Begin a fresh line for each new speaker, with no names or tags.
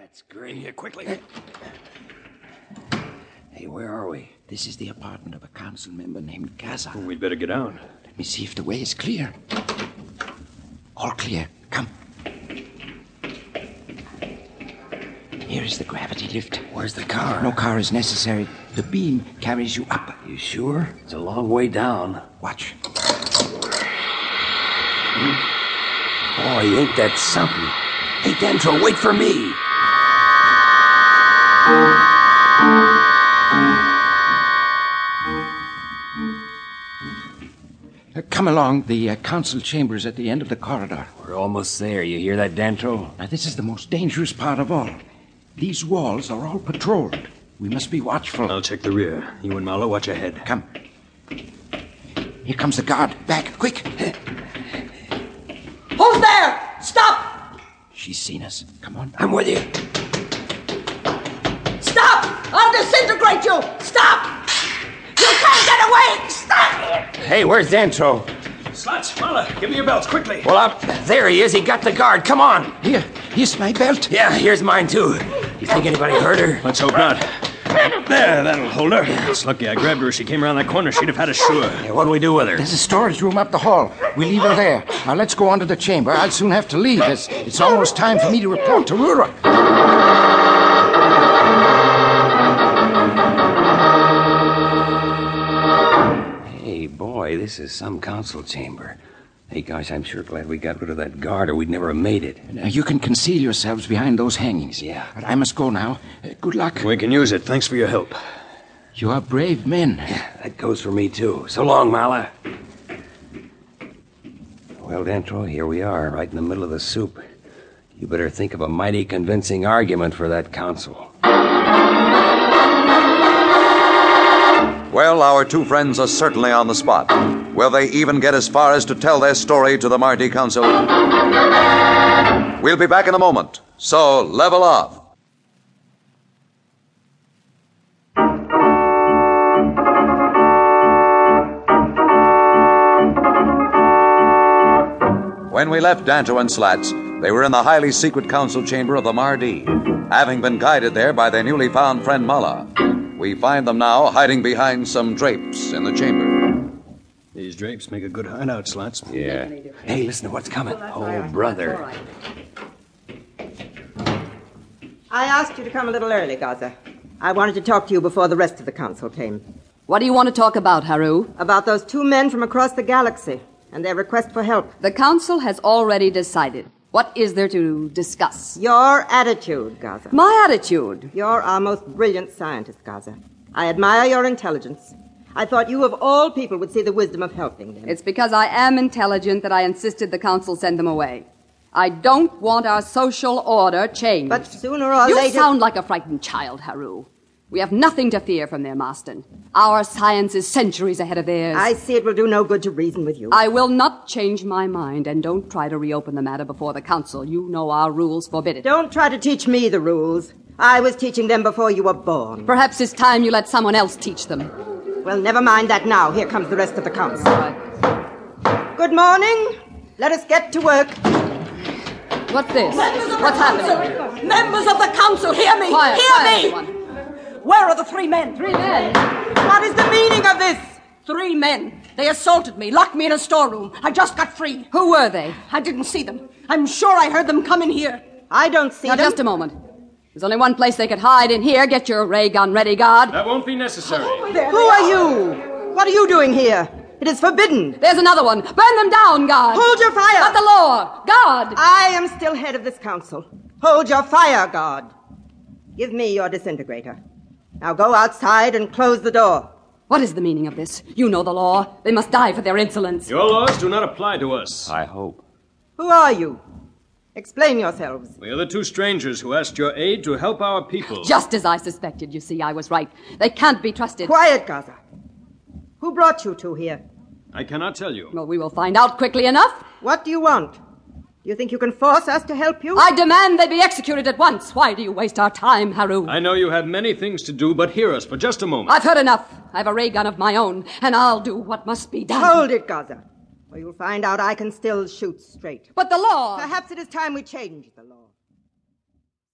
Let's get in here quickly. Hey, where are we?
This is the apartment of a council member named Gaza.
We'd better get down.
Let me see if the way is clear. All clear. Come. Here is the gravity lift.
Where's the car?
No car is necessary. The beam carries you up.
You sure? It's a long way down.
Watch.
Hmm? Boy, ain't that something? Hey, Dendro, wait for me.
Uh, Come along. The uh, council chamber is at the end of the corridor.
We're almost there. You hear that, Dentro?
Now, this is the most dangerous part of all. These walls are all patrolled. We must be watchful.
I'll check the rear. You and Marlowe watch ahead.
Come. Here comes the guard. Back, quick.
Hold there! Stop!
She's seen us. Come on.
I'm with you.
Stop! I'll disintegrate you! Stop! You can't get away! Stop!
Hey, where's Dentro? Sluts, Marla, give me your belts quickly. Well, up there he is. He got the guard. Come on.
Here. Here's my belt.
Yeah, here's mine too. You think anybody hurt her? Let's hope not. There, that'll hold her. It's lucky I grabbed her. She came around that corner. She'd have had us sure. Yeah, what do we do with her?
There's a storage room up the hall. We leave her there. Now let's go on to the chamber. I'll soon have to leave. It's, it's almost time for me to report to Rura.
Hey, boy, this is some council chamber. Hey, gosh, I'm sure glad we got rid of that guard, or we'd never have made it.
Now, you can conceal yourselves behind those hangings.
Yeah.
But I must go now. Uh, good luck.
We can use it. Thanks for your help.
You are brave men.
That goes for me, too. So long, Mala. Well, Dentro, here we are, right in the middle of the soup. You better think of a mighty convincing argument for that council.
Well, our two friends are certainly on the spot. Will they even get as far as to tell their story to the Mardi Council? We'll be back in a moment, so level off. When we left Danto and Slats, they were in the highly secret council chamber of the Mardi, having been guided there by their newly found friend Mala. We find them now hiding behind some drapes in the chamber.
These drapes make a good hideout, Slots.
Yeah. Hey, listen to what's coming. Oh, brother.
I asked you to come a little early, Gaza. I wanted to talk to you before the rest of the council came
What do you want to talk about, Haru?
about those two men from across the galaxy and their request for help.
The council has already decided. What is there to discuss?
Your attitude, Gaza.
My attitude.
You're our most brilliant scientist, Gaza. I admire your intelligence. I thought you, of all people, would see the wisdom of helping them.
It's because I am intelligent that I insisted the council send them away. I don't want our social order changed.
but uh, sooner or
you
later.
sound like a frightened child, Haru. We have nothing to fear from their Marston. Our science is centuries ahead of theirs.
I see it will do no good to reason with you.
I will not change my mind, and don't try to reopen the matter before the council. You know our rules forbid it.
Don't try to teach me the rules. I was teaching them before you were born.
Perhaps it's time you let someone else teach them.
Well, never mind that now. Here comes the rest of the council. Good morning. Let us get to work.
What's this? What's happening?
Members of the council, hear me!
Quiet,
hear
quiet,
me!
everyone.
Where are the three men? Three
What is the meaning of this?
Three men. They assaulted me, locked me in a storeroom. I just got free.
Who were they?
I didn't see them. I'm sure I heard them come in here.
I don't see
Now,
them.
just a moment. There's only one place they could hide in here. Get your ray gun ready, guard.
That won't be necessary.
Who are you? What are you doing here? It is forbidden.
There's another one. Burn them down, guard.
Hold your fire.
Not the law. Guard.
I am still head of this council. Hold your fire, guard. Give me your disintegrator. Now go outside and close the door.
What is the meaning of this? You know the law. They must die for their insolence.
Your laws do not apply to us.
I hope.
Who are you? Explain yourselves.
We are the two strangers who asked your aid to help our people.
Just as I suspected, you see, I was right. They can't be trusted.
Quiet, Gaza. Who brought you two here?
I cannot tell you.
Well, we will find out quickly enough.
What do you want? Do you think you can force us to help you?
I demand they be executed at once. Why do you waste our time, Haru?
I know you have many things to do, but hear us for just a moment.
I've heard enough. I have a ray gun of my own, and I'll do what must be done.
Hold it, Gaza, or you'll find out I can still shoot straight.
But the law.
Perhaps it is time we changed the law.